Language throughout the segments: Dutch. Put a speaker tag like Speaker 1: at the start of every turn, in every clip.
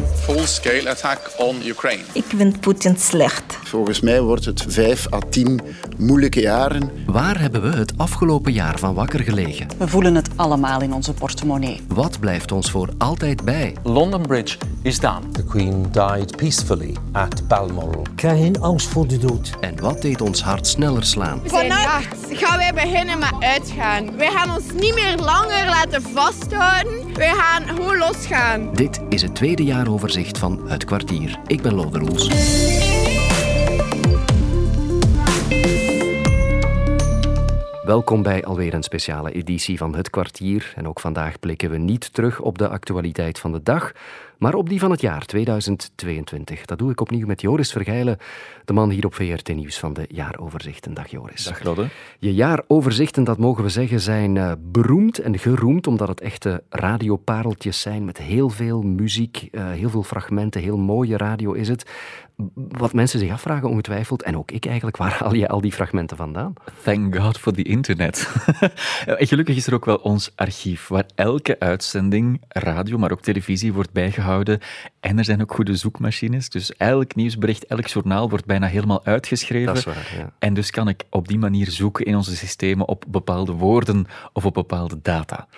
Speaker 1: full-scale attack on Ukraine.
Speaker 2: Ik vind Poetin slecht.
Speaker 3: Volgens mij wordt het vijf à tien moeilijke jaren.
Speaker 4: Waar hebben we het afgelopen jaar van wakker gelegen?
Speaker 5: We voelen het allemaal in onze portemonnee.
Speaker 4: Wat blijft ons voor altijd bij?
Speaker 6: London Bridge is down.
Speaker 7: The Queen died peacefully at Balmoral.
Speaker 8: Geen angst voor de dood.
Speaker 4: En wat deed ons hart sneller slaan?
Speaker 9: Vannacht gaan wij beginnen met uitgaan. Wij gaan ons niet meer langer laten vasthouden. Wij gaan gewoon losgaan.
Speaker 4: Dit is het tweede jaaroverzicht van Het Kwartier. Ik ben Lode Roels. Welkom bij alweer een speciale editie van Het Kwartier. En ook vandaag blikken we niet terug op de actualiteit van de dag, maar op die van het jaar 2022. Dat doe ik opnieuw met Joris Vergeilen, de man hier op VRT Nieuws van de jaaroverzichten. Dag Joris.
Speaker 10: Dag Rodde.
Speaker 4: Je jaaroverzichten, dat mogen we zeggen, zijn eh, beroemd en geroemd omdat het echte radiopareltjes zijn met heel veel muziek, eh, heel veel fragmenten, heel mooie radio is het. B- Wat mensen zich afvragen ongetwijfeld, en ook ik eigenlijk, waar haal je al die fragmenten vandaan?
Speaker 10: Thank God for the internet. en gelukkig is er ook wel ons archief, waar elke uitzending, radio, maar ook televisie, wordt bijgehouden. En er zijn ook goede zoekmachines. Dus elk nieuwsbericht, elk journaal wordt bijna helemaal uitgeschreven.
Speaker 4: Dat is waar, ja.
Speaker 10: En dus kan ik op die manier zoeken in onze systemen op bepaalde woorden of op bepaalde data.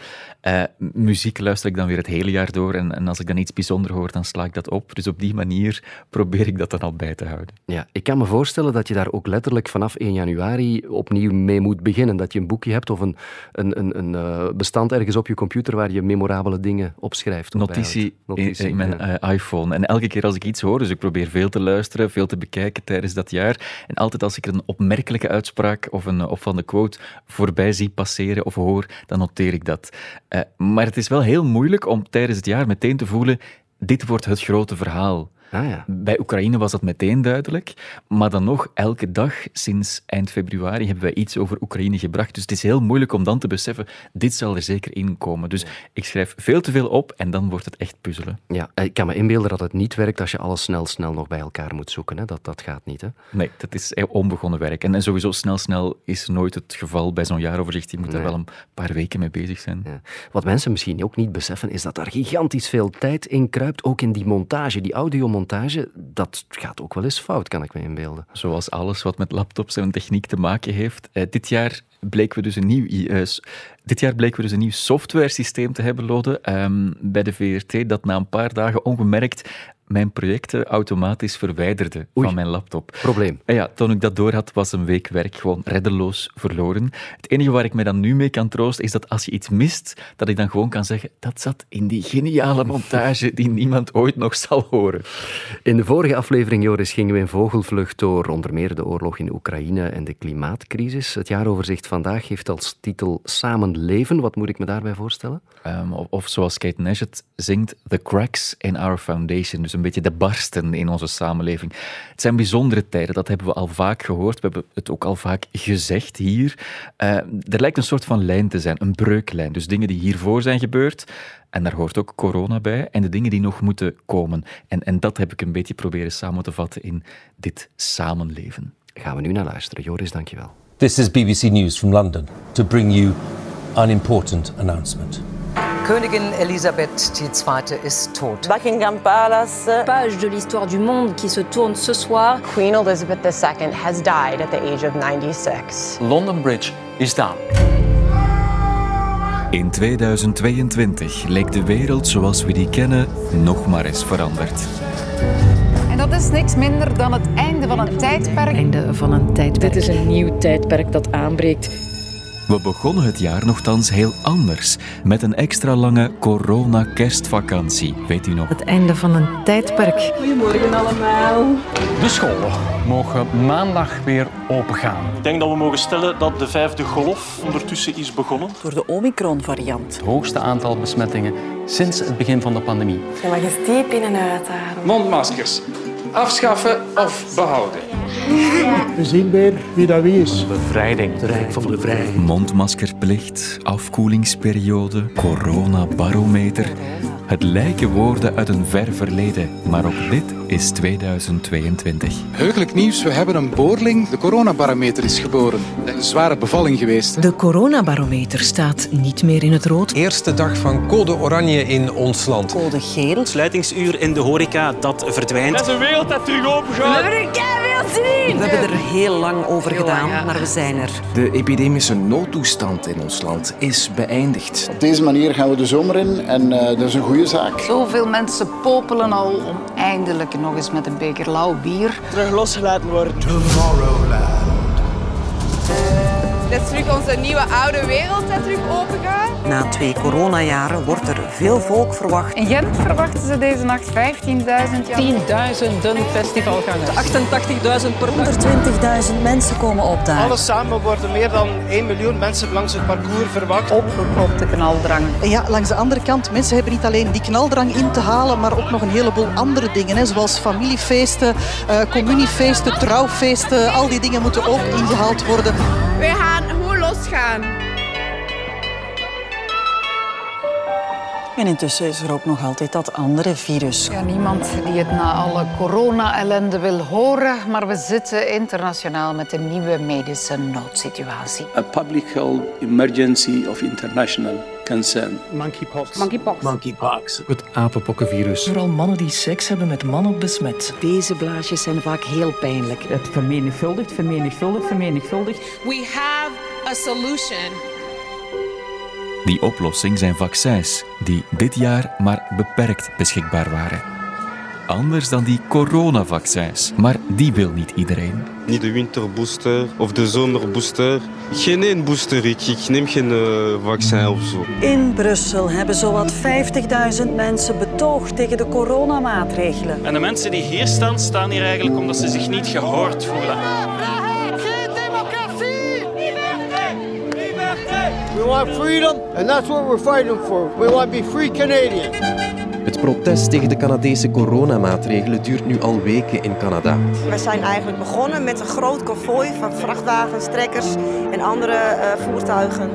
Speaker 10: Eh, m- muziek luister ik dan weer het hele jaar door. En, en als ik dan iets bijzonder hoor, dan sla ik dat op. Dus op die manier probeer ik dat dan al bij te houden.
Speaker 4: Ja, ik kan me voorstellen dat je daar ook letterlijk vanaf 1 januari opnieuw mee moet beginnen. Dat je een boekje hebt of een, een, een, een eh, bestand ergens op je computer waar je memorabele dingen opschrijft. of
Speaker 10: notitie, in-
Speaker 4: bijhoudt. Notitie,
Speaker 10: in, mijn
Speaker 4: ja.
Speaker 10: eh, iPhone. En elke keer als ik iets hoor, dus ik probeer veel te luisteren, veel te bekijken tijdens dat jaar. En altijd als ik een opmerkelijke uitspraak of een eh, opvallende quote voorbij zie passeren of hoor, dan noteer ik dat. Eh, maar het is wel heel moeilijk om tijdens het jaar meteen te voelen, dit wordt het grote verhaal.
Speaker 4: Ah ja.
Speaker 10: Bij Oekraïne was dat meteen duidelijk, maar dan nog elke dag sinds eind februari hebben wij iets over Oekraïne gebracht. Dus het is heel moeilijk om dan te beseffen, dit zal er zeker in komen. Dus ik schrijf veel te veel op en dan wordt het echt puzzelen.
Speaker 4: ja, eh, ik kan me inbeelden dat het niet werkt als je alles snel, snel nog bij elkaar moet zoeken. Hè. Dat, dat gaat niet. Hè.
Speaker 10: Nee, dat is onbegonnen werk. En, en sowieso snel, snel is nooit het geval bij zo'n jaaroverzicht. Je moet daar
Speaker 4: Nee.
Speaker 10: wel een paar weken mee bezig zijn.
Speaker 4: Ja. Wat mensen misschien ook niet beseffen, is dat daar gigantisch veel tijd in kruipt. Ook in die montage, die audiomontage, dat gaat ook wel eens fout, kan ik me inbeelden.
Speaker 10: Zoals alles wat met laptops en techniek te maken heeft. Eh, dit jaar bleken we dus een nieuw, i- eh, s- dit jaar bleken we dus een nieuw software systeem te hebben, Lode, ehm, bij de VRT, dat na een paar dagen ongemerkt mijn projecten automatisch verwijderde
Speaker 4: Oei.
Speaker 10: van mijn laptop.
Speaker 4: Probleem.
Speaker 10: En ja, toen ik dat door had, was een week werk gewoon reddeloos verloren. Het enige waar ik me dan nu mee kan troosten, is dat als je iets mist, dat ik dan gewoon kan zeggen, dat zat in die geniale montage die niemand ooit nog zal horen.
Speaker 4: In de vorige aflevering, Joris, gingen we in vogelvlucht door onder meer de oorlog in Oekraïne en de klimaatcrisis. Het jaaroverzicht vandaag heeft als titel Samen leven. Wat moet ik me daarbij voorstellen?
Speaker 10: Ehm, of, of zoals Kate Nash het zingt, the cracks in our foundation. Dus een beetje de barsten in onze samenleving. Het zijn bijzondere tijden, dat hebben we al vaak gehoord. We hebben het ook al vaak gezegd hier. Eh, er lijkt een soort van lijn te zijn, een breuklijn. Dus dingen die hiervoor zijn gebeurd, en daar hoort ook corona bij, en de dingen die nog moeten komen. En, en dat heb ik een beetje proberen samen te vatten in dit samenleven.
Speaker 4: Gaan we nu naar luisteren. Joris, dankjewel.
Speaker 7: This is BBC News from London to bring you an important announcement.
Speaker 11: Königin Elisabeth II. ist tot.
Speaker 5: Buckingham Palace.
Speaker 12: page de l'histoire du monde qui se tourne ce soir.
Speaker 5: Queen Elizabeth II has died at the age of 96.
Speaker 6: London Bridge is down.
Speaker 7: In 2022 leek de wereld zoals we die kennen nog maar eens veranderd.
Speaker 9: En dat is niks minder dan het einde van een tijdperk.
Speaker 12: Einde van een tijdperk. Dit is een nieuw tijdperk dat aanbreekt.
Speaker 7: We begonnen het jaar nogthans heel anders, met een extra lange corona-kerstvakantie, weet u nog.
Speaker 12: Het einde van een tijdperk.
Speaker 6: De scholen mogen maandag weer opengaan.
Speaker 13: Ik denk dat we mogen stellen dat de vijfde golf ondertussen is begonnen.
Speaker 5: Door de Omicron-variant.
Speaker 6: Het hoogste aantal besmettingen sinds het begin van de pandemie.
Speaker 9: Je mag eens diep in en uit ademen.
Speaker 13: Mondmaskers, afschaffen of behouden?
Speaker 14: We zien weer wie dat wie is.
Speaker 15: Bevrijding. Het Rijk van de Vrij.
Speaker 7: Mondmaskerplicht, afkoelingsperiode, coronabarometer. Het lijken woorden uit een ver verleden, maar ook dit is 2022.
Speaker 10: Heugelijk nieuws, we hebben een boorling. De coronabarometer is geboren. Een zware bevalling geweest. Hè?
Speaker 16: De coronabarometer staat niet meer in het rood.
Speaker 17: Eerste dag van code oranje in ons land.
Speaker 18: Code geel.
Speaker 19: Sluitingsuur in de horeca, dat verdwijnt.
Speaker 20: Dat is een wereld dat terug open gaat.
Speaker 21: wil zien!
Speaker 22: We hebben er heel lang over heel gedaan, lang, ja. maar we zijn er.
Speaker 23: De epidemische noodtoestand in ons land is beëindigd.
Speaker 24: Op deze manier gaan we de zomer in en uh,
Speaker 25: eh,
Speaker 24: dat is een goede zaak.
Speaker 26: Zoveel mensen popelen al om eindelijk nog eens met een beker lauw bier
Speaker 27: terug losgelaten worden.
Speaker 28: Tomorrowland.
Speaker 29: Dat is terug onze nieuwe oude wereld dat terug open gaat.
Speaker 22: Na twee coronajaren wordt er veel volk verwacht.
Speaker 26: In Gent verwachten ze deze nacht 15.000 jaar.
Speaker 30: Tienduizenden festivalgangers.
Speaker 22: 88.000 per 120.000 Dus mensen komen opdagen.
Speaker 31: Alles samen worden meer dan 1 miljoen mensen langs het parcours verwacht.
Speaker 26: Opgekropte knaldrang.
Speaker 32: Ja, langs de andere kant, mensen hebben niet alleen die knaldrang in te halen, maar ook nog een heleboel andere dingen. Hè, zoals familiefeesten, eh, communiefeesten, trouwfeesten. Al die dingen moeten ook ingehaald worden.
Speaker 29: We gaan hoe losgaan.
Speaker 22: En intussen is er ook nog altijd dat andere virus.
Speaker 26: Ja, niemand die het na alle corona-ellende wil horen, maar we zitten internationaal met een nieuwe medische noodsituatie.
Speaker 33: A public health emergency of international concern.
Speaker 26: Monkeypox. Monkeypox.
Speaker 33: Monkeypox.
Speaker 15: Het apenpokkenvirus.
Speaker 22: Vooral mannen die seks hebben met mannen besmet.
Speaker 23: Deze blaasjes zijn vaak heel pijnlijk.
Speaker 26: Het vermenigvuldigt, vermenigvuldigt, vermenigvuldigt.
Speaker 28: We have a solution.
Speaker 7: Die oplossing zijn vaccins, die dit jaar maar beperkt beschikbaar waren. Anders dan die coronavaccins, maar die wil niet iedereen.
Speaker 1: Niet de winterbooster of de zomerbooster. Geen één booster, ik, ik neem geen uh, vaccin of zo.
Speaker 22: In Brussel hebben zowat 50.000 mensen betoogd tegen de coronamaatregelen.
Speaker 33: En de mensen die hier staan, staan hier eigenlijk omdat ze zich niet gehoord voelen.
Speaker 25: We want freedom, and that's what we're fighting for. We want to be free Canadians.
Speaker 23: Het protest tegen de Canadese coronamaatregelen duurt nu al weken in Canada.
Speaker 6: We zijn eigenlijk begonnen met een groot konvooi van vrachtwagens, trekkers en andere uh, voertuigen.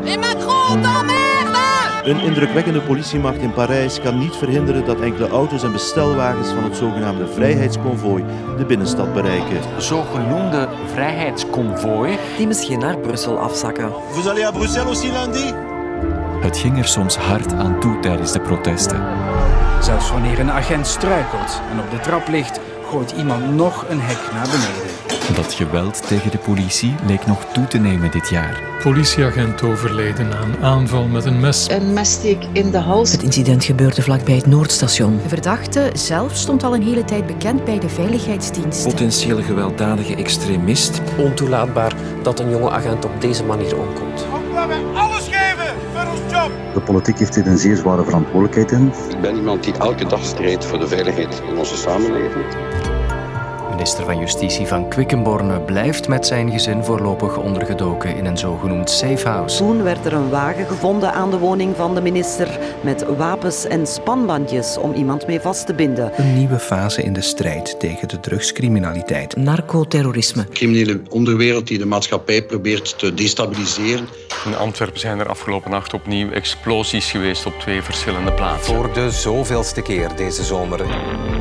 Speaker 34: Een indrukwekkende politiemacht in Parijs kan niet verhinderen dat enkele auto's en bestelwagens van het zogenaamde vrijheidsconvooi de binnenstad bereiken.
Speaker 30: Zogenoemde vrijheidsconvooi.
Speaker 22: Die misschien naar Brussel afzakken.
Speaker 6: Vous allez à Bruxelles aussi lundi?
Speaker 7: Het ging er soms hard aan toe tijdens de protesten.
Speaker 23: Zelfs wanneer een agent struikelt en op de trap ligt, gooit iemand nog een hek naar beneden.
Speaker 7: Dat geweld tegen de politie leek nog toe te nemen dit jaar.
Speaker 35: Politieagent overleden aan aanval met een mes.
Speaker 22: Een messteek in de hals.
Speaker 23: Het incident gebeurde vlakbij het Noordstation.
Speaker 22: De verdachte zelf stond al een hele tijd bekend bij de veiligheidsdiensten.
Speaker 23: Potentiële gewelddadige extremist.
Speaker 30: Ontoelaatbaar dat een jonge agent op deze manier omkomt.
Speaker 6: wij alles geven voor ons job.
Speaker 23: De politiek heeft hier een zeer zware verantwoordelijkheid in.
Speaker 1: Ik ben iemand die elke dag strijdt voor de veiligheid in onze samenleving.
Speaker 4: Minister van Justitie van Quickenborne blijft met zijn gezin voorlopig ondergedoken in een zogenoemd safe house.
Speaker 22: Toen werd er een wagen gevonden aan de woning van de minister met wapens en spanbandjes om iemand mee vast te binden.
Speaker 23: Een nieuwe fase in de strijd tegen de drugscriminaliteit.
Speaker 22: Narcoterrorisme.
Speaker 1: Criminele onderwereld die de maatschappij probeert te destabiliseren.
Speaker 33: In Antwerpen zijn er afgelopen nacht opnieuw explosies geweest op twee verschillende plaatsen.
Speaker 23: Voor de zoveelste keer deze zomer.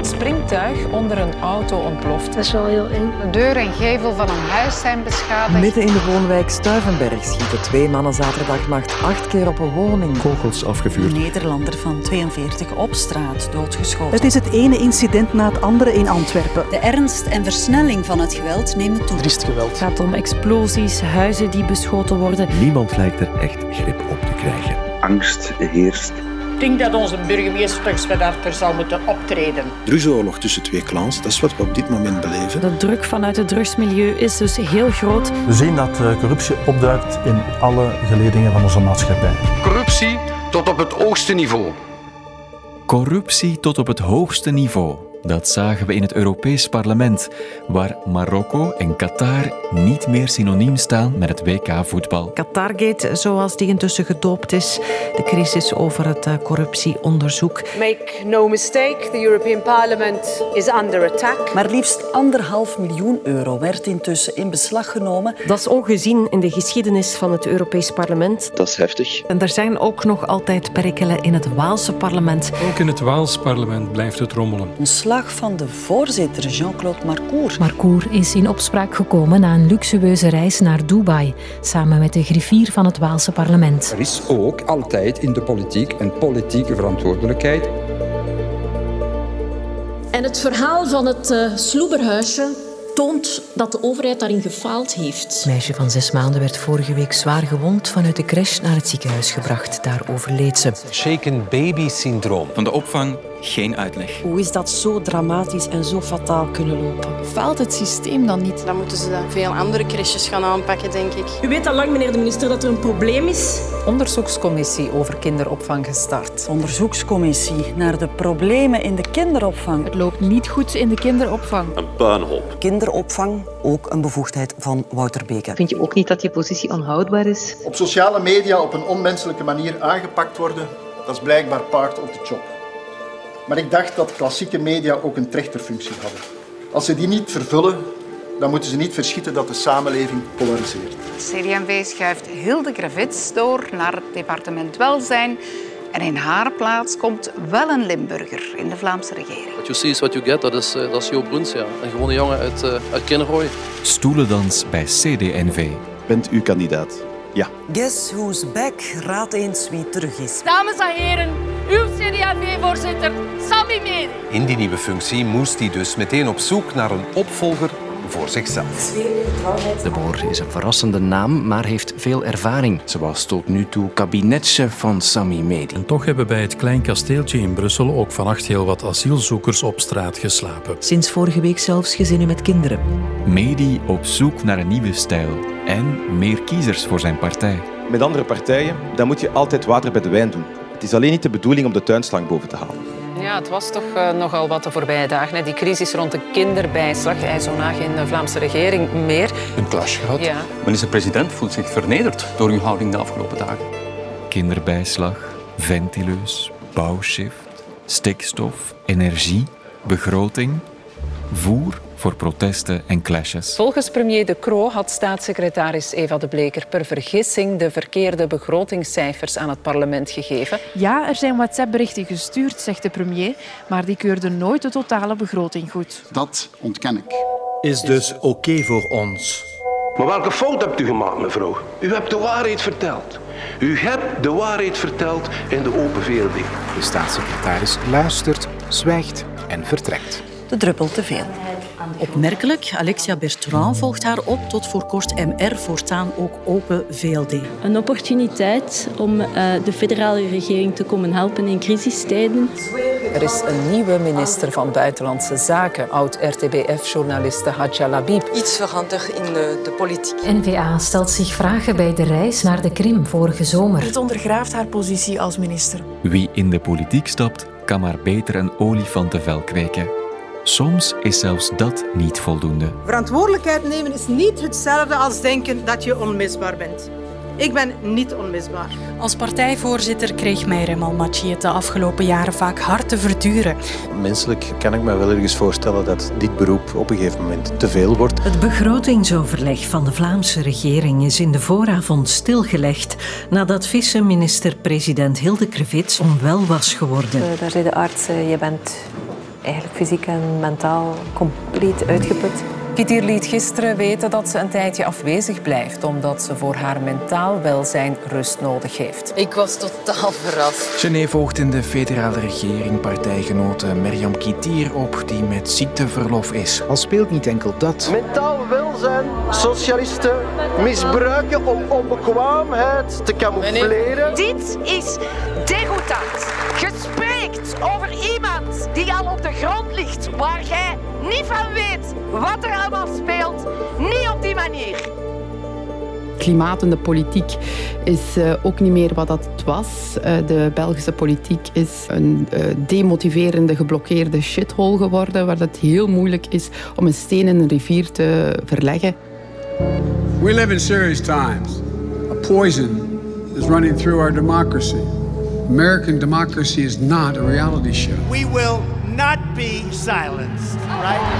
Speaker 22: Springtuig onder een auto ontploft.
Speaker 26: Dat is wel heel eng. De deur en gevel van een huis zijn beschadigd.
Speaker 22: Midden in de woonwijk Stuivenberg schieten twee mannen zaterdagnacht acht keer op een woning.
Speaker 7: Kogels afgevuurd.
Speaker 22: Een Nederlander van 42 op straat doodgeschoten.
Speaker 32: Het is het ene incident na het andere in Antwerpen.
Speaker 22: De ernst en versnelling van het geweld nemen toe.
Speaker 33: Driest geweld.
Speaker 22: Het gaat om explosies, huizen die beschoten worden.
Speaker 7: Niemand lijkt er echt grip op te krijgen.
Speaker 1: Angst heerst.
Speaker 28: Ik denk dat onze burgemeester toch verder zou moeten optreden.
Speaker 23: Drugsoorlog tussen twee clans, dat is wat we op dit moment beleven.
Speaker 22: De druk vanuit het drugsmilieu is dus heel groot.
Speaker 6: We zien dat eh, corruptie opduikt in alle geledingen van onze maatschappij.
Speaker 1: Corruptie tot op het hoogste niveau.
Speaker 7: Corruptie tot op het hoogste niveau.
Speaker 10: Dat zagen we in het Europees Parlement, waar Marokko en Qatar niet meer synoniem staan met het WK voetbal.
Speaker 36: Qatargate, zoals die intussen gedoopt is, de crisis over het corruptieonderzoek.
Speaker 37: Make no mistake, the European Parliament is under attack.
Speaker 22: Maar liefst anderhalf miljoen euro werd intussen in beslag genomen.
Speaker 6: Dat is ongezien in de geschiedenis van het Europees Parlement.
Speaker 38: Dat is heftig.
Speaker 6: En er zijn ook nog altijd perikelen in het Waalse parlement.
Speaker 39: Ook in het Waals parlement blijft het rommelen.
Speaker 22: Ontslag van de voorzitter, Jean-Claude Marcourt.
Speaker 40: Marcourt is in opspraak gekomen na een luxueuze reis naar Dubai, samen met de griffier van het Waalse parlement.
Speaker 41: Er is ook altijd in de politiek een politieke verantwoordelijkheid.
Speaker 42: En het verhaal van het uh, sloeberhuisje toont dat de overheid daarin gefaald heeft.
Speaker 6: Het meisje van zes maanden werd vorige week zwaar gewond vanuit de crash naar het ziekenhuis gebracht. Daar overleed ze.
Speaker 43: Shaken baby syndroom.
Speaker 10: Van de opvang geen uitleg.
Speaker 6: Hoe is dat zo dramatisch en zo fataal kunnen lopen?
Speaker 44: Faalt het systeem dan niet?
Speaker 45: Dan moeten ze dan veel andere crashes gaan aanpakken, denk ik.
Speaker 46: U weet al lang, meneer de minister, dat er een probleem is.
Speaker 7: Onderzoekscommissie over kinderopvang gestart.
Speaker 22: Onderzoekscommissie naar de problemen in de kinderopvang.
Speaker 44: Het loopt niet goed in de kinderopvang.
Speaker 38: Een puinhoop.
Speaker 22: Kinderopvang, ook een bevoegdheid van Wouter Beke.
Speaker 47: Vind je ook niet dat je positie onhoudbaar is?
Speaker 25: Op sociale media op een onmenselijke manier aangepakt worden, dat is blijkbaar part of the job. Maar ik dacht dat klassieke media ook een trechterfunctie hadden. Als ze die niet vervullen, dan moeten ze niet verschieten dat de samenleving polariseert.
Speaker 48: Het CD&V schuift Hilde Gravits door naar het departement welzijn. En in haar plaats komt wel een Limburger in de Vlaamse regering.
Speaker 49: What you see is what you get, dat is, uh, dat is Jo Bruns, ja. Een gewone jongen uit, uh, uit Kinnerooi.
Speaker 10: Stoelendans bij CD&V.
Speaker 50: Bent u kandidaat? Ja.
Speaker 22: Guess who's back? Raad eens wie terug is.
Speaker 51: Dames en heren, uw CD&V-voorzitter Sammy Mede.
Speaker 43: In die nieuwe functie moest hij dus meteen op zoek naar een opvolger voor zichzelf.
Speaker 4: De Boer is een verrassende naam, maar heeft veel ervaring.
Speaker 52: Ze was tot nu toe kabinetchef van Sami Medi.
Speaker 39: En toch hebben bij het klein kasteeltje in Brussel ook vannacht heel wat asielzoekers op straat geslapen.
Speaker 6: Sinds vorige week zelfs gezinnen met kinderen.
Speaker 10: Medi op zoek naar een nieuwe stijl en meer kiezers voor zijn partij.
Speaker 50: Met andere partijen, dan moet je altijd water bij de wijn doen. Het is alleen niet de bedoeling om de tuinslang boven te halen.
Speaker 7: Ja, het was toch uh, nogal wat de voorbije dagen. Hè? Die crisis rond de kinderbijslag. Hij zo na geen Vlaamse regering meer.
Speaker 49: Een clash gehad.
Speaker 7: Ja.
Speaker 49: Minister-president voelt zich vernederd door uw houding de afgelopen dagen.
Speaker 10: Kinderbijslag, ventileus, bouwshift, stikstof, energie, begroting, voer voor protesten en clashes.
Speaker 7: Volgens premier De Croo had staatssecretaris Eva de Bleker per vergissing de verkeerde begrotingscijfers aan het parlement gegeven.
Speaker 44: Ja, er zijn WhatsApp-berichten gestuurd, zegt de premier, maar die keurden nooit de totale begroting goed.
Speaker 53: Dat ontken ik.
Speaker 23: Is dus oké okay voor ons.
Speaker 54: Maar welke fout hebt u gemaakt, mevrouw? U hebt de waarheid verteld. U hebt de waarheid verteld in de Open VLD.
Speaker 52: De staatssecretaris luistert, zwijgt en vertrekt.
Speaker 22: De druppel te veel.
Speaker 6: Opmerkelijk, Alexia Bertrand volgt haar op tot voor kort MR, voortaan ook Open VLD.
Speaker 55: Een opportuniteit om uh, de federale regering te komen helpen in crisistijden.
Speaker 7: Er is een nieuwe minister van Buitenlandse Zaken, oud-RTBF-journaliste Hadja Labib.
Speaker 54: Iets veranderd in de, de politiek.
Speaker 40: N-VA stelt zich vragen bij de reis naar de Krim vorige zomer.
Speaker 55: Het ondergraaft haar positie als minister.
Speaker 10: Wie in de politiek stapt, kan maar beter een olifantenvel kweken. Soms is zelfs dat niet voldoende.
Speaker 56: Verantwoordelijkheid nemen is niet hetzelfde als denken dat je onmisbaar bent. Ik ben niet onmisbaar.
Speaker 6: Als partijvoorzitter kreeg mij Remal Machi het de afgelopen jaren vaak hard te verduren.
Speaker 23: Menselijk kan ik me wel ergens voorstellen dat dit beroep op een gegeven moment te veel wordt.
Speaker 6: Het begrotingsoverleg van de Vlaamse regering is in de vooravond stilgelegd nadat vice-minister-president Hilde Krevits onwel was geworden.
Speaker 57: Uh, daar zei de arts, uh, je bent eigenlijk fysiek en mentaal compleet uitgeput.
Speaker 7: Kittier liet gisteren weten dat ze een tijdje afwezig blijft, omdat ze voor haar mentaal welzijn rust nodig heeft.
Speaker 54: Ik was totaal verrast.
Speaker 23: Genève volgt in de federale regering partijgenote Merjam Kittier op, die met ziekteverlof is. Al speelt niet enkel dat.
Speaker 25: Mentaal welzijn, socialisten misbruiken om onbekwaamheid te camoufleren.
Speaker 56: Dit is degoutant. Gespreekt over iemand die al op de grond ligt, waar jij niet van weet wat er allemaal speelt. Niet op die manier.
Speaker 58: klimaat en de politiek is eh, ook niet meer wat dat het was. Eh, de Belgische politiek is een eh, demotiverende, geblokkeerde shithole geworden, waar het heel moeilijk is om een steen in een rivier te verleggen.
Speaker 59: We live in serious times. A poison is running through our democracy. American democracy is not a reality show.
Speaker 25: We will not be silenced,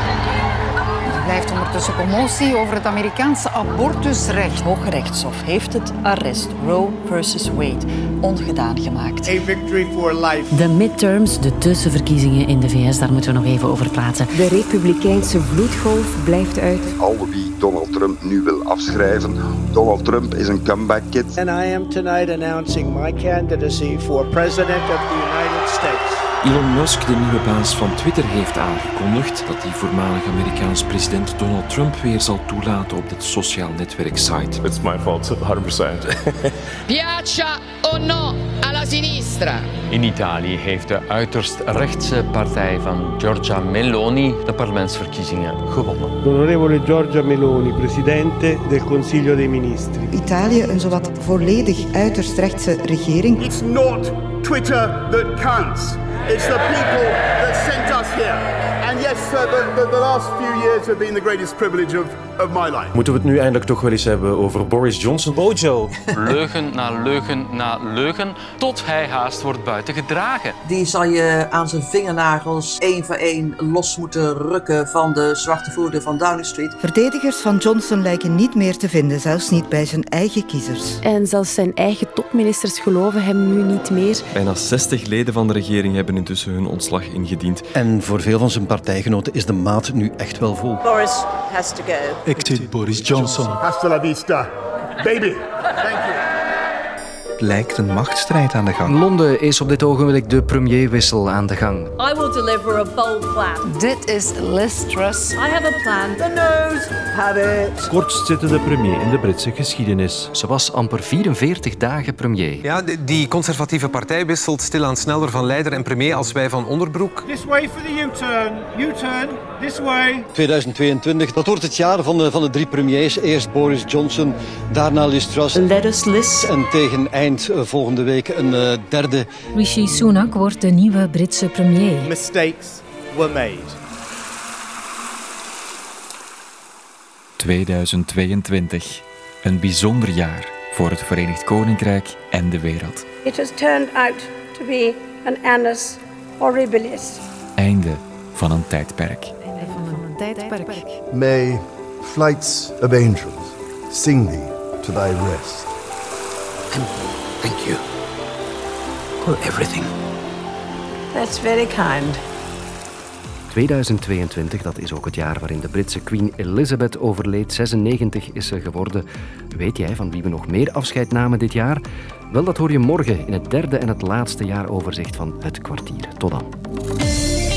Speaker 25: right?
Speaker 60: Er blijft ondertussen commotie over het Amerikaanse abortusrecht. Hooggerechtshof heeft het arrest Roe versus Wade ongedaan gemaakt.
Speaker 25: A victory for life.
Speaker 61: De midterms, de tussenverkiezingen in de VS, daar moeten we nog even over praten.
Speaker 62: De republikeinse vloedgolf blijft uit.
Speaker 63: Al wie Donald Trump nu wil afschrijven. Donald Trump is een comeback kid.
Speaker 25: And I am tonight announcing my candidacy for President of the United States.
Speaker 23: Elon Musk, de nieuwe baas van Twitter, heeft aangekondigd dat hij voormalig Amerikaans president Donald Trump weer zal toelaten op dit sociaal netwerksite.
Speaker 64: It's my fault, 100%.
Speaker 65: Piaccia o no alla sinistra.
Speaker 66: In Italië heeft de uiterst rechtse partij van Giorgia Meloni de parlementsverkiezingen gewonnen.
Speaker 67: L'onorevole Giorgia Meloni, presidente del Consiglio dei Ministri.
Speaker 22: Italië een zowat volledig uiterst rechtse regering.
Speaker 25: It's not Twitter that counts. It's the people that sent us here. And yes, sir, the, the, the last few years have been the greatest privilege of, of my life.
Speaker 68: Moeten we het nu eindelijk toch wel eens hebben over Boris Johnson?
Speaker 66: Bojo. Leugen na leugen na leugen, tot hij haast wordt buiten gedragen.
Speaker 69: Die zal je aan zijn vingernagels één voor één los moeten rukken van de zwarte voerder van Downing Street.
Speaker 22: Verdedigers van Johnson lijken niet meer te vinden, zelfs niet bij zijn eigen kiezers.
Speaker 6: En zelfs zijn eigen topministers geloven hem nu niet meer.
Speaker 10: Bijna 60 leden van de regering hebben intussen hun ontslag ingediend.
Speaker 70: En voor veel van zijn partijgenoten is de maat nu echt wel vol.
Speaker 69: Boris has to go.
Speaker 68: Acted Boris Johnson.
Speaker 25: Hasta la vista, baby. Thank you.
Speaker 23: Lijkt een machtsstrijd aan de gang.
Speaker 4: Londen is op dit ogenblik de premierwissel aan de gang.
Speaker 71: I will deliver a bold plan.
Speaker 72: Dit is Liz Truss.
Speaker 71: I have a plan.
Speaker 72: The nose have it.
Speaker 23: Kortst zittende premier in de Britse geschiedenis.
Speaker 4: Ze was amper 44 dagen premier.
Speaker 73: Ja, d- die conservatieve partij wisselt stilaan sneller van leider en premier als wij van Onderbroek.
Speaker 25: This way for the U-turn. U-turn, this way.
Speaker 23: 2022, dat wordt het jaar van de, van de drie premiers. Eerst Boris Johnson, daarna Liz Truss.
Speaker 6: Let us listen.
Speaker 23: En tegen eind eh, volgende week een eh, derde
Speaker 74: Rishi Sunak wordt de nieuwe Britse premier.
Speaker 72: Mistakes were made.
Speaker 10: 2022. Een bijzonder jaar voor het Verenigd Koninkrijk en de wereld.
Speaker 7: It has turned out to be an annus horribilis.
Speaker 10: Einde van een tijdperk.
Speaker 75: May flights of angels sing thee to thy rest.
Speaker 76: And thank you for everything.
Speaker 69: That's very kind.
Speaker 4: 2022, dat is ook het jaar waarin de Britse Queen Elizabeth overleed. 96 is ze geworden. Weet jij van wie we nog meer afscheid namen dit jaar? Wel, dat hoor je morgen in het derde en het laatste jaaroverzicht van Het Kwartier. Tot dan.